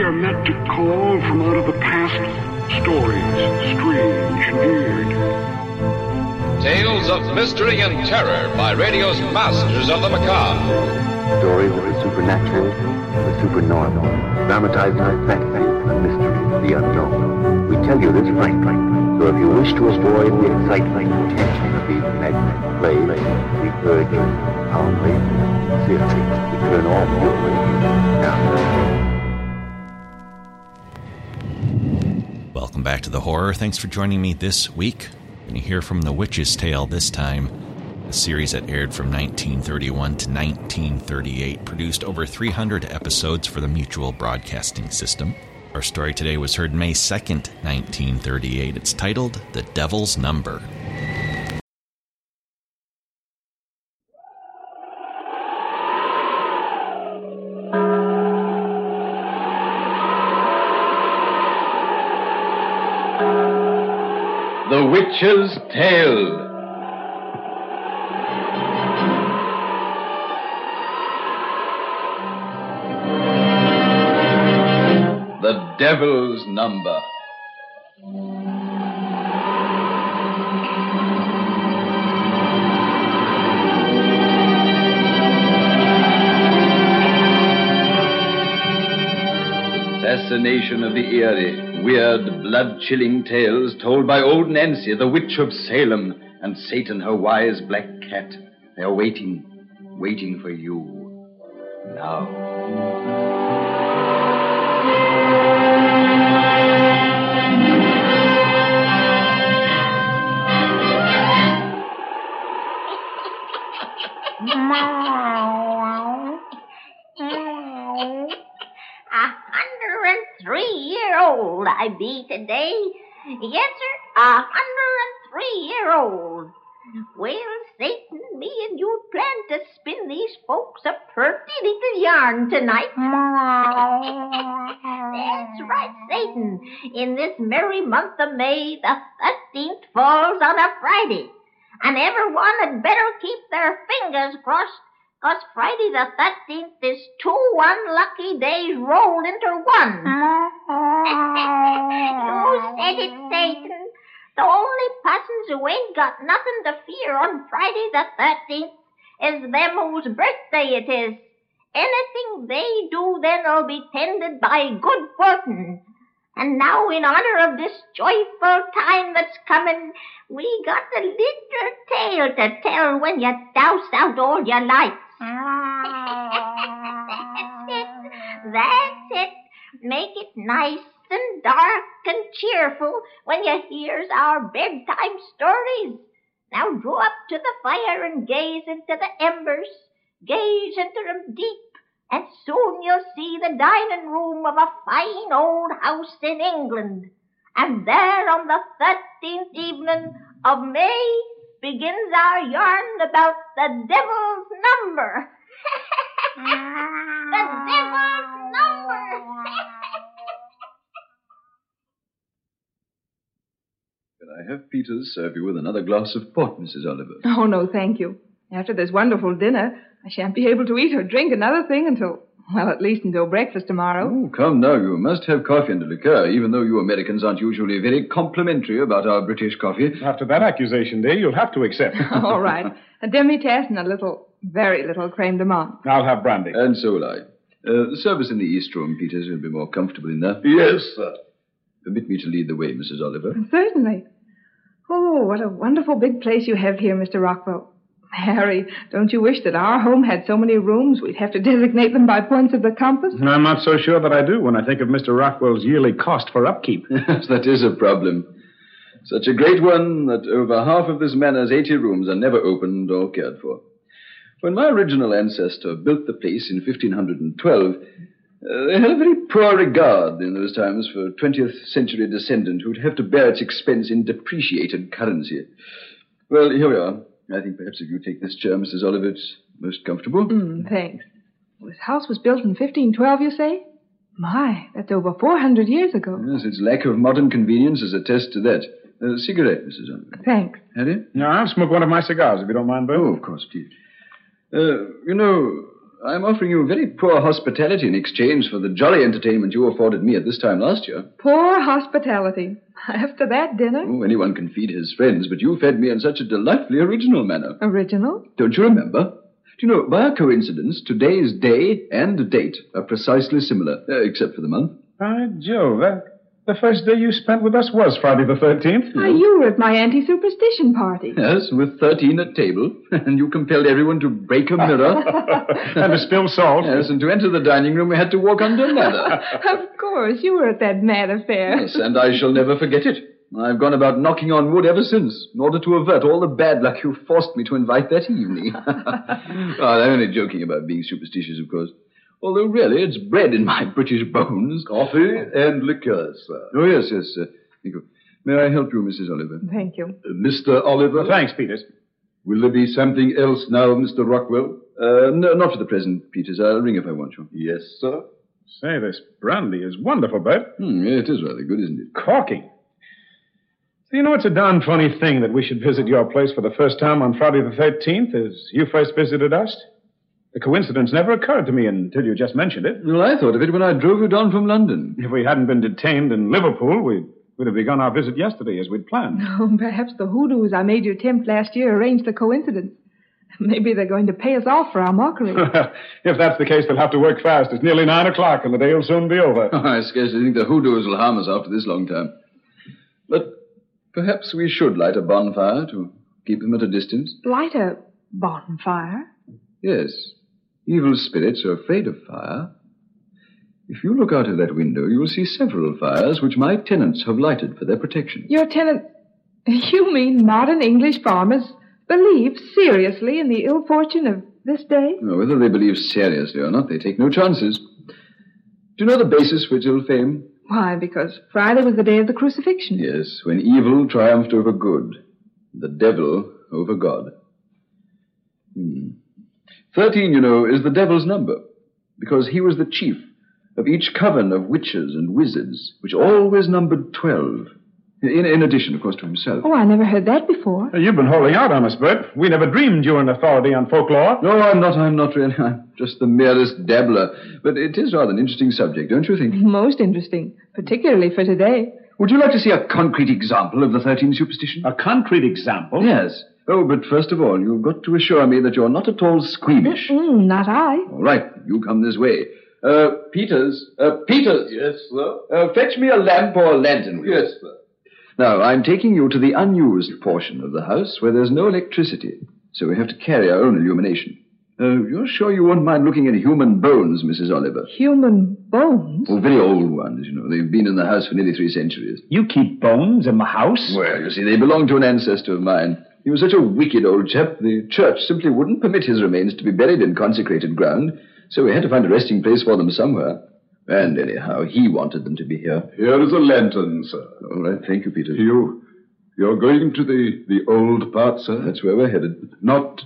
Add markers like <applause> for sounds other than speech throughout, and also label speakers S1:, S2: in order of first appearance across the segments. S1: are meant to call from out of the past stories, strange and weird.
S2: Tales of mystery and terror by radio's masters of the macabre.
S3: Stories of the supernatural, the supernormal, dramatizing the fantasy, the mystery, the unknown. We tell you this right, right. So if you wish to avoid the excitement and tension of these imaginary plays, we urge you, calmly, seriously, to turn off your radio now.
S4: Welcome back to the horror. Thanks for joining me this week. When you hear from The Witch's Tale this time, a series that aired from 1931 to 1938, produced over 300 episodes for the Mutual Broadcasting System. Our story today was heard May 2nd, 1938. It's titled The Devil's Number.
S5: The Witch's Tale. The Devil's Number. Assassination of the Erie weird, blood chilling tales told by old Nancy, the witch of Salem, and Satan, her wise black cat. They are waiting, waiting for you. Now.
S6: Meow. Meow. A hundred and three year old I be today. Yes, sir, a hundred and three year old. Well, Satan, me and you plan to spin these folks a pretty little yarn tonight. That's right, Satan. In this merry month of May, the 13th falls on a Friday. And everyone had better keep their fingers crossed because Friday the 13th is two unlucky days rolled into one. <laughs> you said it, Satan. The only persons who ain't got nothing to fear on Friday the 13th is them whose birthday it is. Anything they do then'll be tended by good fortune. And now, in honor of this joyful time that's coming, we got a little tale to tell when you douse out all your lights. that's it. That's it. Make it nice and dark and cheerful when you hears our bedtime stories. Now draw up to the fire and gaze into the embers. Gaze into them deep and soon you'll see the dining room of a fine old house in England. And there on the thirteenth evening of May begins our yarn about the devil's number. <laughs> the devil's number. <laughs>
S5: Can I have Peters serve you with another glass of port, Mrs. Oliver?
S7: Oh, no, thank you. After this wonderful dinner, I shan't be able to eat or drink another thing until, well, at least until breakfast tomorrow.
S5: Oh, come now. You must have coffee and a liqueur, even though you Americans aren't usually very complimentary about our British coffee.
S8: After that accusation, dear, you'll have to accept.
S7: All right. A demi-tasse and a little, very little creme de menthe.
S8: I'll have brandy.
S5: And so will I. Uh, the service in the East Room, Peters, will be more comfortable in that.
S9: Yes, sir.
S5: Permit me to lead the way, Mrs. Oliver.
S7: Certainly. Oh, what a wonderful big place you have here, Mr. Rockwell. Harry, don't you wish that our home had so many rooms we'd have to designate them by points of the compass?
S8: And I'm not so sure that I do when I think of Mr. Rockwell's yearly cost for upkeep.
S5: Yes, <laughs> that is a problem. Such a great one that over half of this manor's 80 rooms are never opened or cared for. When my original ancestor built the place in 1512, uh, they had a very poor regard in those times for a 20th century descendant who'd have to bear its expense in depreciated currency. Well, here we are. I think perhaps if you take this chair, Mrs. Oliver, it's most comfortable.
S7: Mm, thanks. Well, this house was built in 1512, you say? My, that's over 400 years ago.
S5: Yes, its lack of modern convenience is a test to that. A uh, cigarette, Mrs. Oliver.
S7: Thanks.
S5: Harry?
S8: Yeah, I'll smoke one of my cigars, if you don't mind, Bill.
S5: Oh, of course, please. Uh, you know, I'm offering you very poor hospitality in exchange for the jolly entertainment you afforded me at this time last year.
S7: Poor hospitality. <laughs> After that dinner?
S5: Oh, anyone can feed his friends, but you fed me in such a delightfully original manner.
S7: Original?
S5: Don't you remember? Do you know, by a coincidence, today's day and date are precisely similar, uh, except for the month.
S8: By Jove, that, the first day you spent with us was Friday the 13th.
S7: Why, you were at my anti superstition party.
S5: Yes, with 13 at table, <laughs> and you compelled everyone to break
S7: <laughs>
S5: a mirror.
S8: and to spill salt.
S5: yes, and to enter the dining room, we had to walk under a ladder.
S7: <laughs> of course, you were at that mad affair.
S5: yes, and I shall never forget it. I've gone about knocking on wood ever since, in order to avert all the bad luck you forced me to invite that
S7: <laughs>
S5: evening. <laughs> well, I'm only joking about being superstitious, of course. Although, really, it's bred in my <laughs> British bones.
S9: Coffee and liquor, sir.
S5: Oh, yes, yes, sir. Thank you. May I help you, Mrs. Oliver?
S7: Thank you.
S9: Uh, Mr. Oliver?
S8: Thanks, Peters.
S9: Will there be something else now, Mr. Rockwell?
S5: Uh, no, not for the present, Peters. I'll ring if I want you.
S9: Yes, sir.
S8: Say, this brandy is wonderful, Bert.
S5: Hmm, yeah, it is rather good, isn't it?
S8: Corking. So you know it's a darn funny thing that we should visit your place for the first time on Friday the 13th as you first visited us? The coincidence never occurred to me until you just mentioned it.
S5: Well, I thought of it when I drove you down from London.
S8: If we hadn't been detained in Liverpool, we'd, we'd have begun our visit yesterday as we'd planned.
S7: Oh, perhaps the hoodoos I made you tempt last year arranged the coincidence. <laughs> Maybe they're going to pay us off for our mockery.
S8: <laughs> if that's the case, they'll have to work fast. It's nearly nine o'clock and the day will soon be over.
S5: <laughs> I scarcely think the hoodoos will harm us after this long time. But perhaps we should light a bonfire to keep them at a distance.
S7: Light a bonfire?
S5: Yes, evil spirits are afraid of fire. If you look out of that window, you will see several fires which my tenants have lighted for their protection.
S7: Your tenant. <laughs> You mean modern English farmers believe seriously in the ill fortune of this day?
S5: Now, whether they believe seriously or not, they take no chances. Do you know the basis for its ill fame?
S7: Why, because Friday was the day of the crucifixion.
S5: Yes, when evil triumphed over good, the devil over God. Hmm. Thirteen, you know, is the devil's number, because he was the chief of each coven of witches and wizards, which always numbered twelve. In, in addition, of course, to himself.
S7: Oh, I never heard that before.
S8: You've been holding out on us, Bert. We never dreamed you were an authority on folklore.
S5: No, I'm not, I'm not really. <laughs> I'm just the merest dabbler. But it is rather an interesting subject, don't you think?
S7: Most interesting, particularly for today.
S5: Would you like to see a concrete example of the 13 superstition?
S8: A concrete example?
S5: Yes. Oh, but first of all, you've got to assure me that you're not at all squeamish.
S7: Mm, not I.
S5: All right, you come this way. Uh, Peters, uh, Peters,
S9: Yes, sir.
S5: uh, fetch me a lamp or a lantern. will you?
S9: Yes, sir.
S5: Now, I'm taking you to the unused portion of the house where there's no electricity, so we have to carry our own illumination. Uh, you're sure you won't mind looking at human bones, Mrs. Oliver?
S7: Human bones?
S5: Well, very old ones, you know. They've been in the house for nearly three centuries.
S8: You keep bones in the house?
S5: Well, you see, they belong to an ancestor of mine. He was such a wicked old chap, the church simply wouldn't permit his remains to be buried in consecrated ground, so we had to find a resting place for them somewhere. And anyhow, he wanted them to be here.
S9: Here is a lantern, sir.
S5: All right, thank you, Peter.
S9: You, you're going to the, the old part, sir?
S5: That's where we're headed.
S9: Not,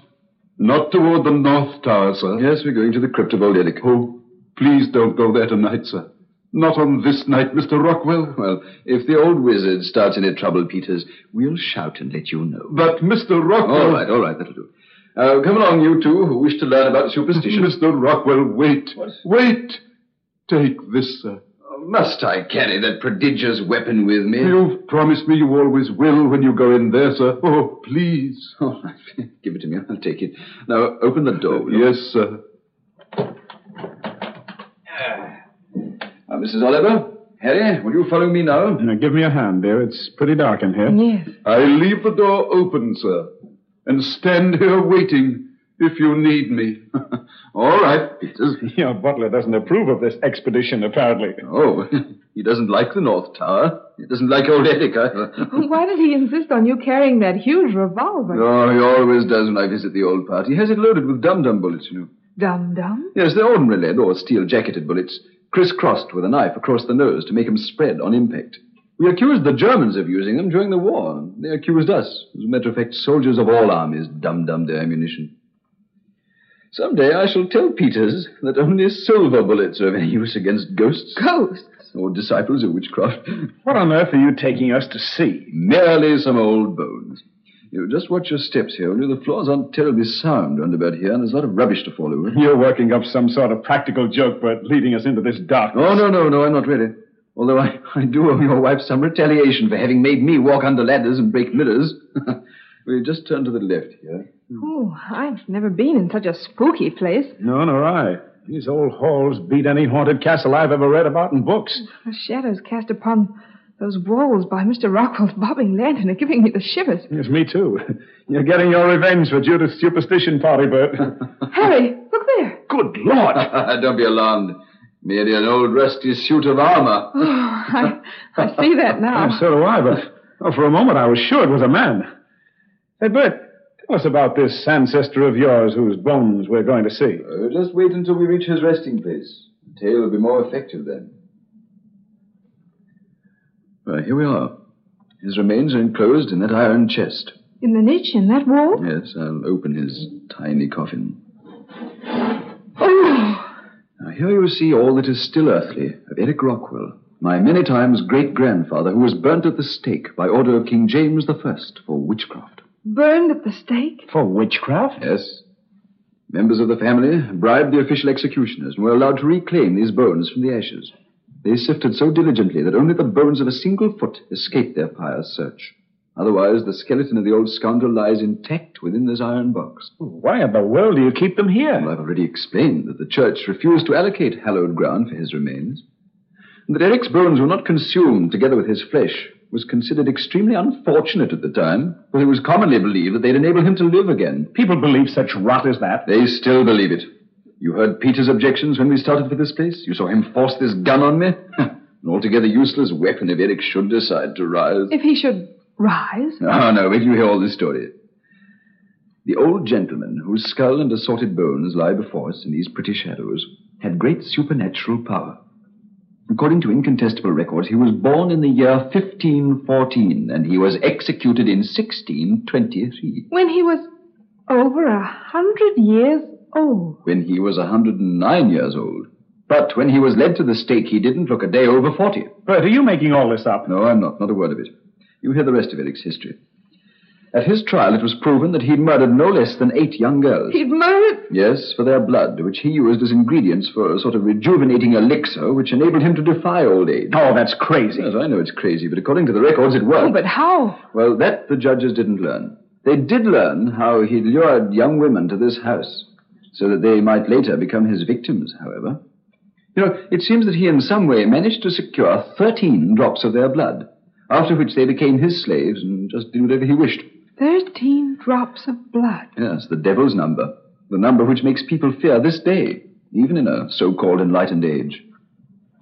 S9: not toward the north tower, sir.
S5: Yes, we're going to the crypt of old Eric.
S9: Oh, please don't go there tonight, sir. Not on this night, Mr. Rockwell.
S5: Well, if the old wizard starts any trouble, Peters, we'll shout and let you know.
S9: But Mr. Rockwell.
S5: All right, all right, that'll do. Uh, come along, you two who wish to learn
S9: <laughs>
S5: about superstition.
S9: Mr. Rockwell, wait. Wait. Take this, sir.
S5: Must I carry that prodigious weapon with me?
S9: You've promised me you always will when you go in there, sir. Oh, please.
S5: All right, <laughs> give it to me. I'll take it. Now, open the door. will you?
S9: Yes, sir.
S5: Now, Mrs. Uh, Oliver, Harry, will you follow me now?
S8: Now, give me a hand, dear. It's pretty dark in here.
S7: Yes.
S9: I leave the door open, sir, and stand here waiting if you need me. <laughs> All right, Peters.
S8: Your butler doesn't approve of this expedition, apparently.
S5: Oh, <laughs> he doesn't like the North Tower. He doesn't like old Eric either.
S7: Why did he insist on you carrying that huge revolver?
S5: Oh, he always does when I visit the old part. He has it loaded with dum-dum bullets, you know.
S7: Dum dum?
S5: Yes, they're ordinary lead or steel-jacketed bullets, crisscrossed with a knife across the nose to make 'em spread on impact. We accused the Germans of using them during the war. and They accused us. As a matter of fact, soldiers of all armies dum-dum their ammunition. Some day I shall tell Peters that only silver bullets are of any use against ghosts
S7: Ghosts?
S5: or disciples of witchcraft.
S8: What on earth are you taking us to see?
S5: Merely some old bones. You just watch your steps here, only the floors aren't terribly sound round about here, and there's a lot of rubbish to fall over.
S8: You're working up some sort of practical joke, Bert, leading us into this darkness.
S5: Oh, no, no, no, I'm not ready. Although I, <laughs> I do owe your wife some retaliation for having made me walk under ladders and break mirrors. <laughs> we just turn to the left here. <laughs>
S7: Oh, I've never been in such a spooky place.
S8: No, nor I. These old halls beat any haunted castle I've ever read about in books.
S7: The shadows cast upon those walls by Mr. Rockwell's bobbing lantern are giving me the shivers.
S8: Yes, me too. <laughs> You're getting your revenge for Judith's superstition party, Bert. <laughs>
S7: Harry, look there.
S8: Good Lord!
S5: Don't be alarmed. Merely an old rusty suit of armor.
S7: Oh, I, I see that
S8: Yeah,
S7: now.
S8: so do I, but oh, for a moment I was sure it was a man. Hey, Bert, tell us about this ancestor of yours whose bones we're going to see.
S5: Oh, just wait until we reach his resting place. The tale will be more effective then. Well, here we are. His remains are enclosed in that iron chest.
S7: In the niche in that wall?
S5: Yes, I'll open his tiny coffin.
S7: Oh!
S5: Now, here you see all that is still earthly of Eric Rockwell, my many times great grandfather, who was burnt at the stake by order of King James I for witchcraft.
S7: Burned at the stake?
S8: For witchcraft?
S5: Yes. Members of the family bribed the official executioners and were allowed to reclaim these bones from the ashes. They sifted so diligently that only the bones of a single foot escaped their pious search. Otherwise, the skeleton of the old scoundrel lies intact within this iron box.
S8: Why in the world do you keep them
S5: Well,
S8: here?
S5: I've already explained that the church refused to allocate hallowed ground for his remains. And that Eric's bones were not consumed together with his flesh was considered extremely unfortunate at the time, for it was commonly believed that they'd enable him to live again.
S8: People believe such rot as that.
S5: They still believe it. You heard Peter's objections when we started for this place? You saw him force this gun on me? An altogether useless weapon if Eric should decide to rise.
S7: If he should rise?
S5: No, no, wait till you hear all this story. The old gentleman, whose skull and assorted bones lie before us in these pretty shadows, had great supernatural power. According to incontestable records, he was born in the year 1514, and he was executed in 1623,
S7: When he was over a hundred years old.
S5: when he was 109 years old. But when he was led to the stake, he didn't look a day over 40.
S8: Bert, are you making all this up?
S5: No, I'm not. Not a word of it. You hear the rest of Eric's history. At his trial, it was proven that he'd murdered no less than eight young girls.
S7: He'd murdered.
S5: Yes, for their blood, which he used as ingredients for a sort of rejuvenating elixir which enabled him to defy old age.
S8: Oh, that's crazy.
S5: Yes, I know it's crazy, but according to the records, it was.
S7: Oh, but how?
S5: Well, that the judges didn't learn. They did learn how he lured young women to this house, so that they might later become his victims, however. You know, it seems that he in some way managed to secure 13 drops of their blood, after which they became his slaves and just did whatever he wished.
S7: Thirteen drops of blood.
S5: Yes, the devil's number. The number which makes people fear this day, even in a so called enlightened age.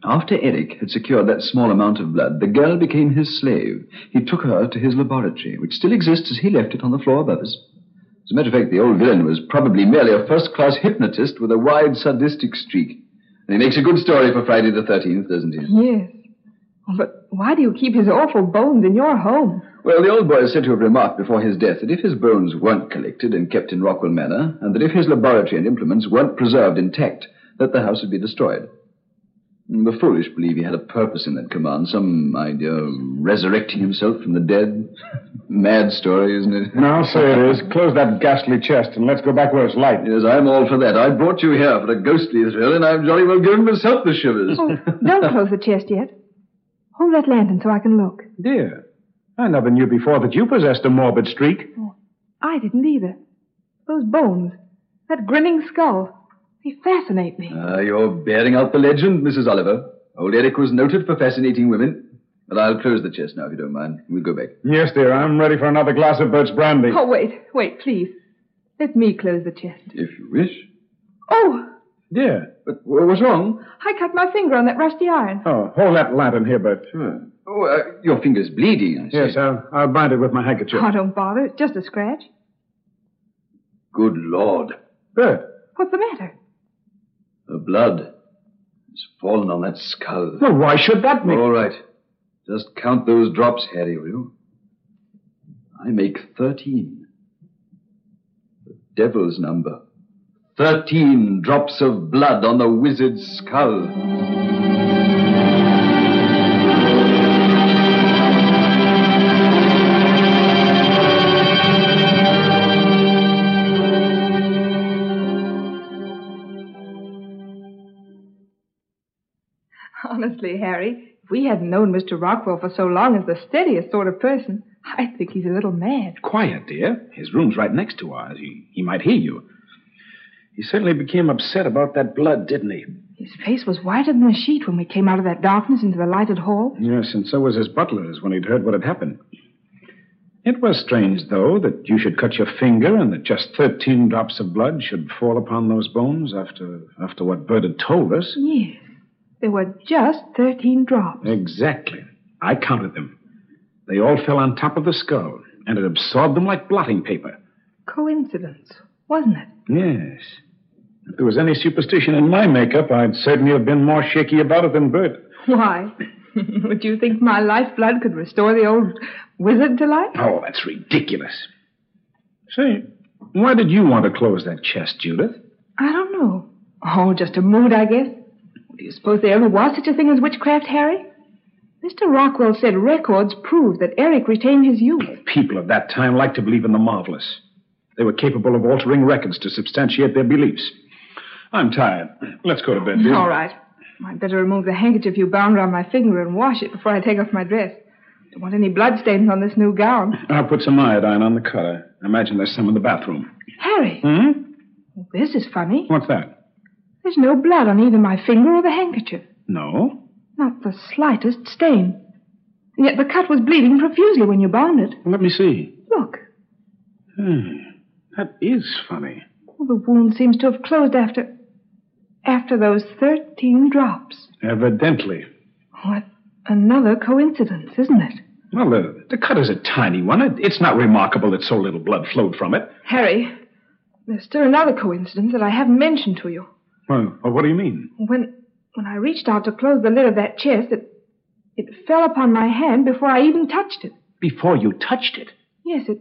S5: After Eric had secured that small amount of blood, the girl became his slave. He took her to his laboratory, which still exists as he left it on the floor above us. As a matter of fact, the old villain was probably merely a first class hypnotist with a wide sadistic streak. And he makes a good story for Friday the 13th, doesn't he?
S7: Yes. Oh, but why do you keep his awful bones in your home?
S5: Well, the old boy is said to have remarked before his death that if his bones weren't collected and kept in Rockwell Manor, and that if his laboratory and implements weren't preserved intact, that the house would be destroyed. The foolish believe he had a purpose in that command, some idea of resurrecting himself from the dead. <laughs> Mad story, isn't it? <laughs>
S8: Now, say it is. Close that ghastly chest and let's go back where it's light.
S5: Yes, I'm all for that. I brought you here for a ghostly thrill, and I've jolly well given myself the shivers. <laughs>
S7: Oh, don't close the chest yet. Hold that lantern so I can look.
S8: Dear, I never knew before that you possessed a morbid streak.
S7: I didn't either. Those bones, that grinning skull, they fascinate me.
S5: Ah, you're bearing out the legend, Mrs. Oliver. Old Eric was noted for fascinating women. But I'll close the chest now, if you don't mind. We'll go back.
S8: Yes, dear, I'm ready for another glass of Bert's brandy.
S7: Oh, wait, wait, please. Let me close the chest.
S5: If you wish.
S7: Oh,
S8: Dear.
S5: But wha- what's wrong?
S7: I cut my finger on that rusty iron.
S8: Oh, hold that lantern here, Bert.
S5: Oh, uh, your finger's bleeding. I see.
S8: Yes, I'll, I'll bind it with my handkerchief.
S7: Oh, don't bother. It's just a scratch.
S5: Good Lord.
S8: Bert,
S7: What's the matter?
S5: The blood has fallen on that skull.
S8: well, why should that be?
S5: All right. Just count those drops, Harry, will you? I make 13. The devil's number. 13 drops of blood on the wizard's skull.
S6: Harry. If we hadn't known Mr. Rockwell for so long as the steadiest sort of person, I think he's a little mad.
S8: Quiet, dear. His room's right next to ours. He, he might hear you. He certainly became upset about that blood, didn't he?
S6: His face was whiter than a sheet when we came out of that darkness into the lighted hall.
S8: Yes, and so was his butler's when he'd heard what had happened. It was strange, though, that you should cut your finger and that just 13 drops of blood should fall upon those bones after, after what Bert had told us.
S6: Yes. There were just 13 drops.
S8: Exactly. I counted them. They all fell on top of the skull, and it absorbed them like blotting paper.
S6: Coincidence, wasn't it?
S8: Yes. If there was any superstition in my makeup, I'd certainly have been more shaky about it than Bert.
S6: Why? <laughs> Would you think my lifeblood could restore the old wizard to life?
S8: Oh, that's ridiculous. Say, why did you want to close that chest, Judith?
S6: I don't know. Oh, just a mood, I guess. Do you suppose there ever was such a thing as witchcraft, Harry? Mr. Rockwell said records prove that Eric retained his youth.
S8: People of that time liked to believe in the marvelous. They were capable of altering records to substantiate their beliefs. I'm tired. Let's go to bed, dear.
S6: All right. I'd better remove the handkerchief you bound round my finger and wash it before I take off my dress. Don't want any bloodstains on this new gown.
S8: I'll put some iodine on the cut. I imagine there's some in the bathroom.
S6: Harry,
S8: Hmm?
S6: this is funny.
S8: What's that?
S6: There's no blood on either my finger or the handkerchief.
S8: No.
S6: Not the slightest stain. And yet the cut was bleeding profusely when you bound it.
S8: Let me see.
S6: Look,
S8: Hmm. That is funny.
S6: well, the wound seems to have closed after. after those 13 drops.
S8: Evidently.
S6: What Oh, another coincidence, isn't it?
S8: Well, the, the cut is a tiny one. It, it's not remarkable that so little blood flowed from it.
S6: Harry, there's still another coincidence that I haven't mentioned to you.
S8: Well, well, what do you mean?
S6: When when I reached out to close the lid of that chest, it it fell upon my hand before I even touched it.
S8: Before you touched it.
S6: Yes, it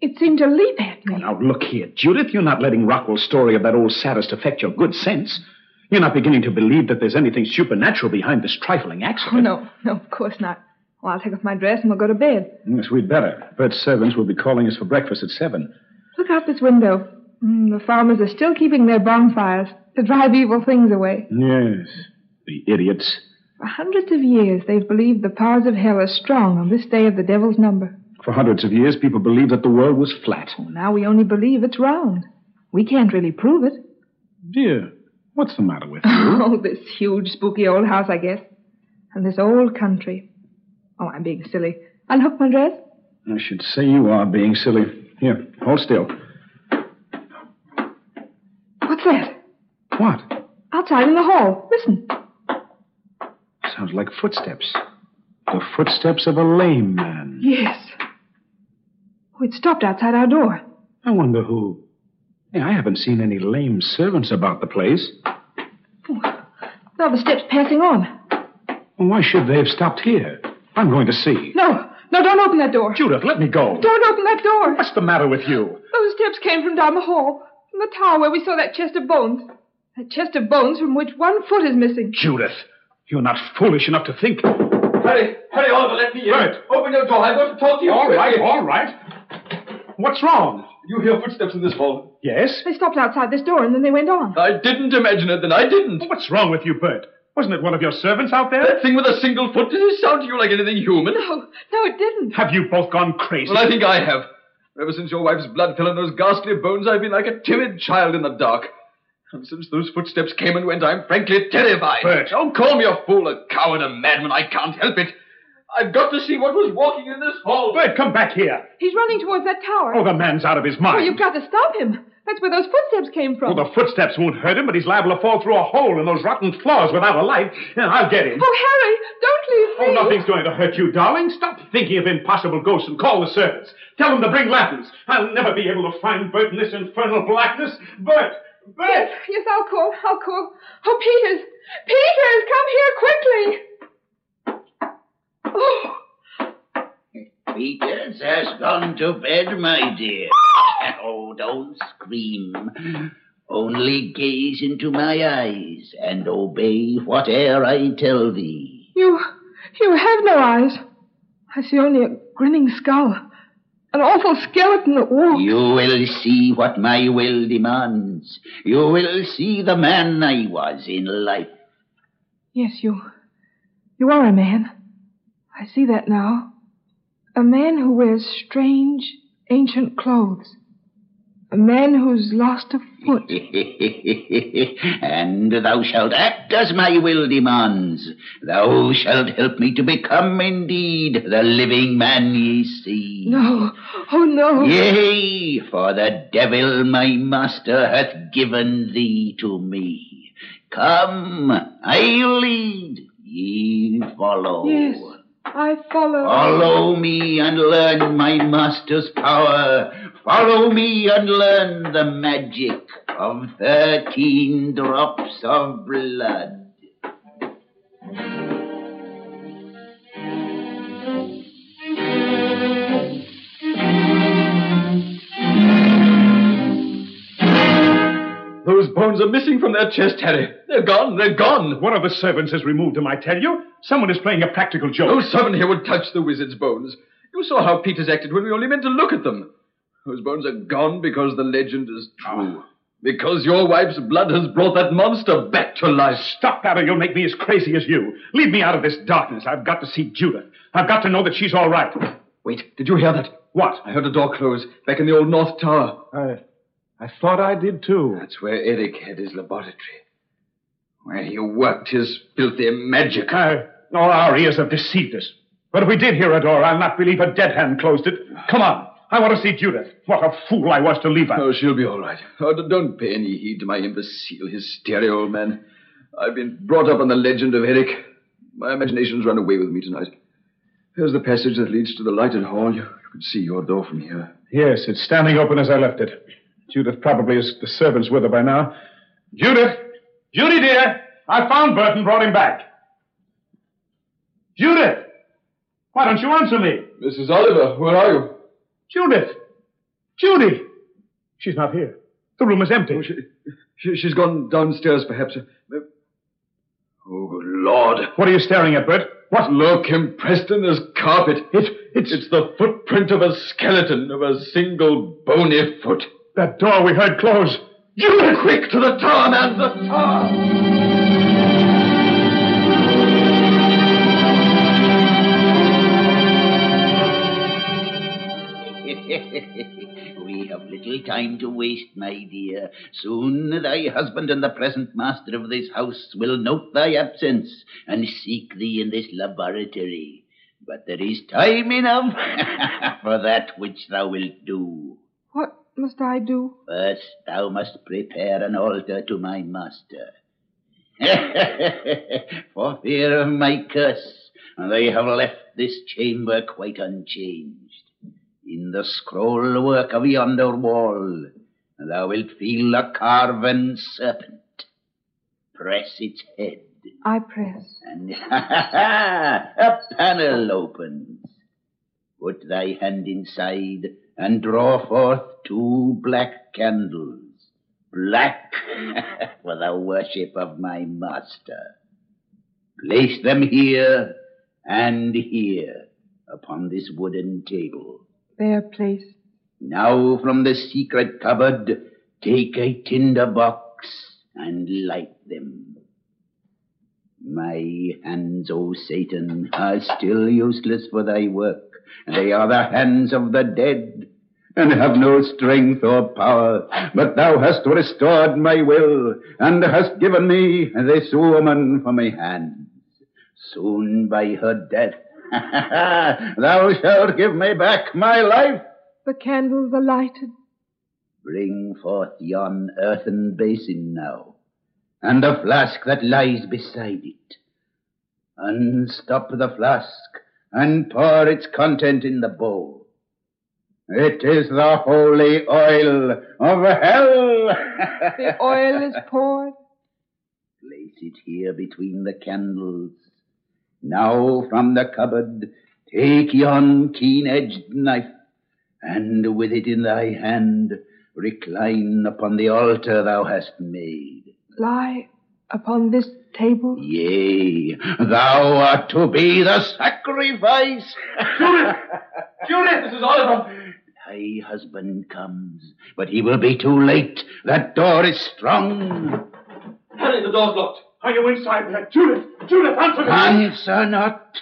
S6: it seemed to leap at me.
S8: Now, look here, Judith, you're not letting Rockwell's story of that old satirist affect your good sense. You're not beginning to believe that there's anything supernatural behind this trifling
S6: Oh,
S8: accident.
S6: no, no, of course not. Well, I'll take off my dress and we'll go to bed.
S8: Yes, we'd better. Bert's servants will be calling us for breakfast at seven.
S6: Look out this window. Mm, the farmers are still keeping their bonfires to drive evil things away.
S8: Yes. The idiots.
S6: For hundreds of years, they've believed the powers of hell are strong on this day of the devil's number.
S8: For hundreds of years, people believed that the world was flat.
S6: Well, now we only believe it's round. We can't really prove it.
S8: Dear, what's the matter with you?
S6: <laughs> Oh, this huge, spooky old house, I guess. And this old country. Oh, I'm being silly. Unhook my dress.
S8: I should say you are being silly. Here, hold still.
S6: What's that?
S8: What?
S6: Outside in the hall. Listen.
S8: Sounds like footsteps. The footsteps of a lame man.
S6: Yes. Oh, it stopped outside our door.
S8: I wonder who. Hey, I haven't seen any lame servants about the place.
S6: Now the steps passing on.
S8: Well, why should they have stopped here? I'm going to see.
S6: No, no, don't open that door.
S8: Judith, let me go.
S6: Don't open that door.
S8: What's the matter with you?
S6: Those steps came from down the hall, from the tower where we saw that chest of bones. That chest of bones from which one foot is missing.
S8: Judith, you're not foolish enough to think.
S5: Hurry, hurry, Oliver, let me in.
S8: Bert. Oh,
S5: Open your door. I'm going to talk to you.
S8: All right, all right. What's wrong?
S5: You hear footsteps in this hall.
S8: Yes?
S6: They stopped outside this door and then they went on.
S5: I didn't imagine it, then. I didn't.
S8: What's wrong with you, Bert? Wasn't it one of your servants out there?
S5: That thing with a single foot, does it sound to you like anything human?
S6: No, no, it didn't.
S8: Have you both gone crazy?
S5: Well, I think I have. Ever since your wife's blood fell in those ghastly bones, I've been like a timid child in the dark. And since those footsteps came and went, I'm frankly terrified.
S8: Bert.
S5: Don't call me a fool, a coward, a madman. I can't help it. I've got to see what was walking in this hall.
S8: Bert, come back here.
S6: He's running towards that tower.
S8: Oh, the man's out of his mind.
S6: Well, you've got to stop him. That's where those footsteps came from.
S8: Well, the footsteps won't hurt him, but he's liable to fall through a hole in those rotten floors without a light. Yeah, I'll get him.
S6: Oh,
S8: Oh,
S6: Harry, don't leave me.
S8: nothing's going to hurt you, darling. Stop thinking of impossible ghosts and call the servants. Tell them to bring lanterns. I'll never be able to find Bert in this infernal blackness. Bert! Bert!
S6: Yes, yes, I'll call. I'll call. Oh, Peters. Peters, come here quickly. Oh,
S10: Peters has gone to bed, my dear. Oh, don't scream. Only gaze into my eyes and obey whate'er I tell thee.
S6: you, you have no eyes. I see only a grinning skull, an awful skeleton that walks.
S10: You will see what my will demands. You will see the man I was in life.
S6: Yes, you,
S7: You are a man. I see that now. A man who wears strange, ancient clothes. A man who's lost a foot.
S10: <laughs> and thou shalt act as my will demands. Thou shalt help me to become indeed the living man ye see.
S7: No, oh no.
S10: Yea, for the devil my master hath given thee to me. Come, I lead, ye follow.
S7: Yes, I follow.
S10: Follow me and learn my master's power. Follow me and learn the magic of thirteen drops of blood.
S5: Those bones are missing from their chest, Harry. They're gone. They're gone.
S8: One of the servants has removed them, I tell you. Someone is playing a practical joke.
S5: No servant here would touch the wizard's bones. You saw how Peters acted when we only meant to look at them. Those bones are gone because the legend is true. Because your wife's blood has brought that monster back to life.
S8: Stop that, or you'll make me as crazy as you. Leave me out of this darkness. I've got to see Judith. I've got to know that she's all right.
S5: Wait, did you hear that?
S8: What?
S5: I heard a door close back in the old North Tower.
S8: I, I thought I did too.
S5: That's where Eric had his laboratory, where he worked his filthy magic.
S8: I, oh, our ears have deceived us. But if we did hear a door, I'll not believe a dead hand closed it. Come on. I want to see Judith. What a fool I was to leave her.
S5: Oh, she'll be all right. Oh, d- don't pay any heed to my imbecile hysteria, old man. I've been brought up on the legend of Eric. My imagination's run away with me tonight. Here's the passage that leads to the lighted hall. You, you can see your door from here.
S8: Yes, it's standing open as I left it. Judith probably is the servant's with her by now. Judith! Judy, dear! I found Burton, brought him back. Judith! Why don't you answer me?
S5: Mrs. Oliver, where are you?
S8: Judith! Judy! She's not here. The room is empty.
S5: Oh, she, she, she's gone downstairs, perhaps. Uh, Oh, good Lord.
S8: What are you staring at, Bert? What?
S5: Look, impressed in this carpet.
S8: It, it's,
S5: It's the footprint of a skeleton, of a single bony foot.
S8: that door we heard close.
S5: You quick to the tower, man, the tower!
S10: we have little time to waste, my dear. Soon thy husband and the present master of this house will note thy absence and seek thee in this laboratory. But there is time enough <laughs> for that which thou wilt do.
S7: What must I do?
S10: First, thou must prepare an altar to my master. <laughs> For fear of my curse, they have left this chamber quite unchanged. In the scroll work of yonder wall, thou wilt feel a carven serpent. Press its head,
S7: I press.
S10: and <laughs> a panel opens. Put thy hand inside and draw forth two black candles. Black <laughs> for the worship of my master. Place them here and here upon this wooden table.
S7: There, please.
S10: Now from the secret cupboard take a tinder box and light them. My hands, O Satan, are still useless for thy work. They are the hands of the dead, and have no strength or power. But thou hast restored my will, and hast given me this woman for my hand. Soon by her death, <laughs> thou shalt give me back my life.
S7: The candles are lighted.
S10: Bring forth yon earthen basin now, and the flask that lies beside it. Unstop the flask, and pour its content in the bowl. It is the holy oil of hell. <laughs>
S7: The oil is poured.
S10: Place it here between the candles. Now from the cupboard take yon keen edged knife, and with it in thy hand recline upon the altar thou hast made.
S7: Lie upon this table.
S10: Yea, thou art to be the sacrifice.
S5: Judith, Mrs. Oliver!
S10: thy husband comes, but he will be too late. That door is strong.
S5: Harry, the door's locked.
S11: Are you inside there? Judith! Judith, answer me!
S10: Answer not.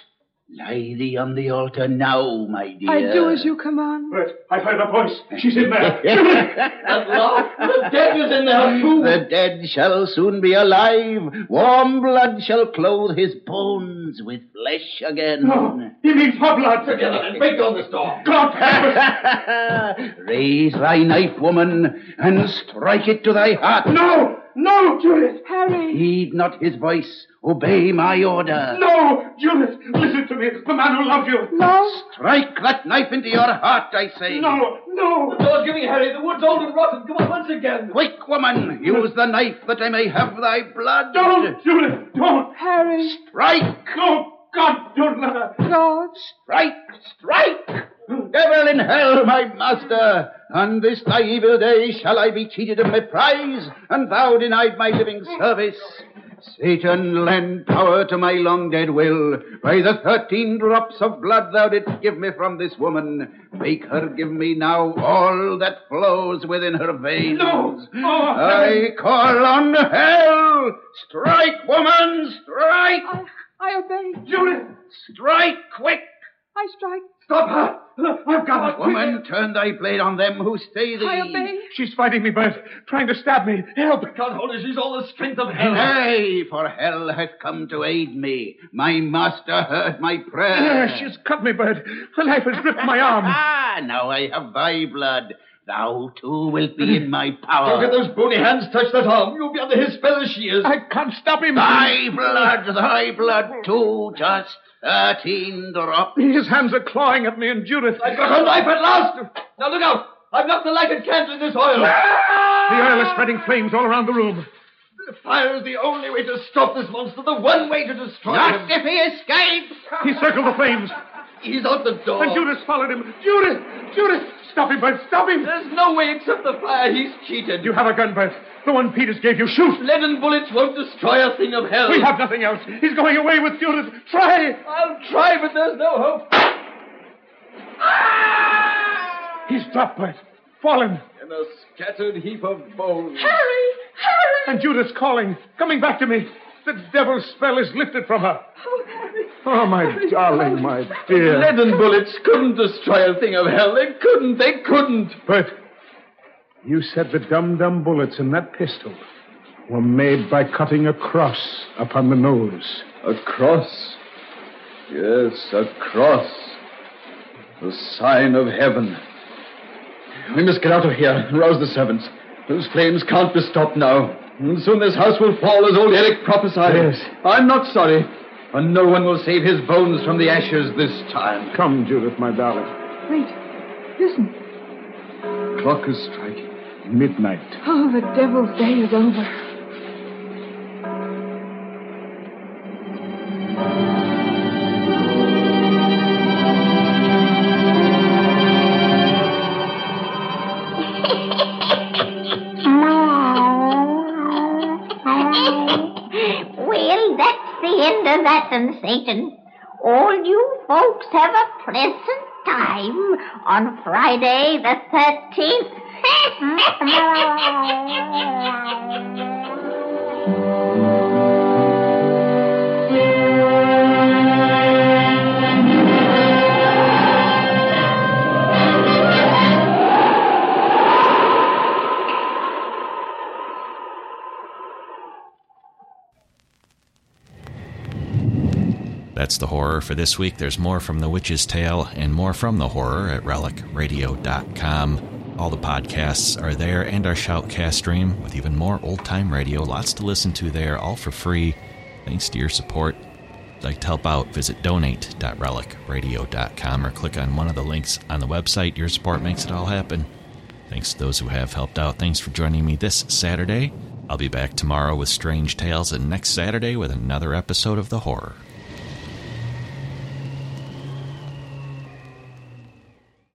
S10: Lie thee on the altar now, my dear.
S7: I do as
S10: <laughs>
S7: you command.
S11: Bert, I've heard a voice. She's in <laughs> there.
S10: At
S11: last, the dead is in there too.
S10: The dead shall soon be alive. Warm blood shall clothe his bones with flesh again.
S11: No, Oh, he means hot blood. Together and break down this door. God
S10: <laughs> Raise thy knife, woman, and strike it to thy heart.
S11: No! No, Judith!
S7: Harry!
S10: Heed not his voice. Obey my order.
S11: No, Judith! Listen to me. It's the man who loved you.
S7: No.
S10: Strike that knife into your heart, I say.
S11: No, no.
S12: The door's giving, Harry. The wood's old and rotten. Come on, once again.
S10: Quick, woman. Use the knife that I may have thy blood.
S11: Don't, Judith. Don't.
S7: Harry.
S10: Strike.
S11: No, God, don't let her.
S7: God.
S10: Strike. Strike. Devil in hell, my master! On this thy evil day shall I be cheated of my prize, and thou denied my living service. Satan, lend power to my long dead will. By the thirteen drops of blood thou didst give me from this woman, make her give me now all that flows within her veins.
S11: No! Oh,
S10: I call on hell! Strike, woman! Strike!
S7: I, I obey.
S11: Judith!
S10: Strike quick!
S7: I strike.
S11: Stop her! I've got her!
S10: Woman, turn thy blade on them who stay thee.
S7: I obey.
S8: She's fighting me, Bert, trying to stab me. Help!
S12: I can't hold her. She's all the strength of hell.
S10: Nay, for hell hath come to aid me. My master heard my prayer.
S8: Yeah, Ah, she's cut me, Bert. The knife has ripped my arm.
S10: Ah, now I have thy blood. Thou too wilt be in my power.
S12: Don't get those bony hands touch that arm. You'll be under his spell as she is.
S8: I can't stop him.
S10: Thy blood, thy blood too, just thirteen drops.
S8: His hands are clawing at me and Judith.
S12: I've got her life at last. Now look out. I've knocked the lighted candle in this oil.
S8: The oil is spreading flames all around the room.
S12: The fire is the only way to stop this monster, the one way to destroy him.
S10: Not if he escapes.
S8: He circled the flames.
S12: He's out the door.
S8: And Judith followed him. Judith! Judith! Stop him, Bert! Stop him!
S12: There's no way except the fire. He's cheated.
S8: You have a gun, Bert. The one Peters gave you. Shoot!
S12: Leaden bullets won't destroy a thing of hell.
S8: We have nothing else. He's going away with Judith. Try!
S12: I'll try, but there's no hope.
S8: He's dropped, Bert. Fallen.
S12: In a scattered heap of bones.
S7: Harry! Harry!
S8: And Judith's calling, coming back to me. The devil's spell is lifted from her. Oh, my darling, my dear.
S12: Leaden bullets couldn't destroy a thing of hell. They couldn't. They couldn't.
S8: Bert, you said the dum dum bullets in that pistol were made by cutting a cross upon the nose.
S5: A cross? Yes, a cross. The sign of heaven. We must get out of here and rouse the servants. Those flames can't be stopped now. And soon this house will fall as old Eric prophesied.
S8: Yes.
S5: I'm not sorry. And no one will save his bones from the ashes this time.
S8: Come, Judith, my darling.
S7: Wait. Listen.
S5: Clock is striking.
S8: Midnight.
S7: Oh, the devil's day is over.
S6: <laughs> well, that's the end of that then, Satan. All you folks have a pleasant time on Friday the <laughs> 13th.
S4: That's the horror for this week. There's more from The Witch's Tale and more from the horror at relicradio.com. All the podcasts are there and our Shoutcast stream with even more old time radio. Lots to listen to there, all for free. Thanks to your support. If you'd like to help out, visit donate.relicradio.com or click on one of the links on the website. Your support makes it all happen. Thanks to those who have helped out. Thanks for joining me this Saturday. I'll be back tomorrow with Strange Tales and next Saturday with another episode of The Horror.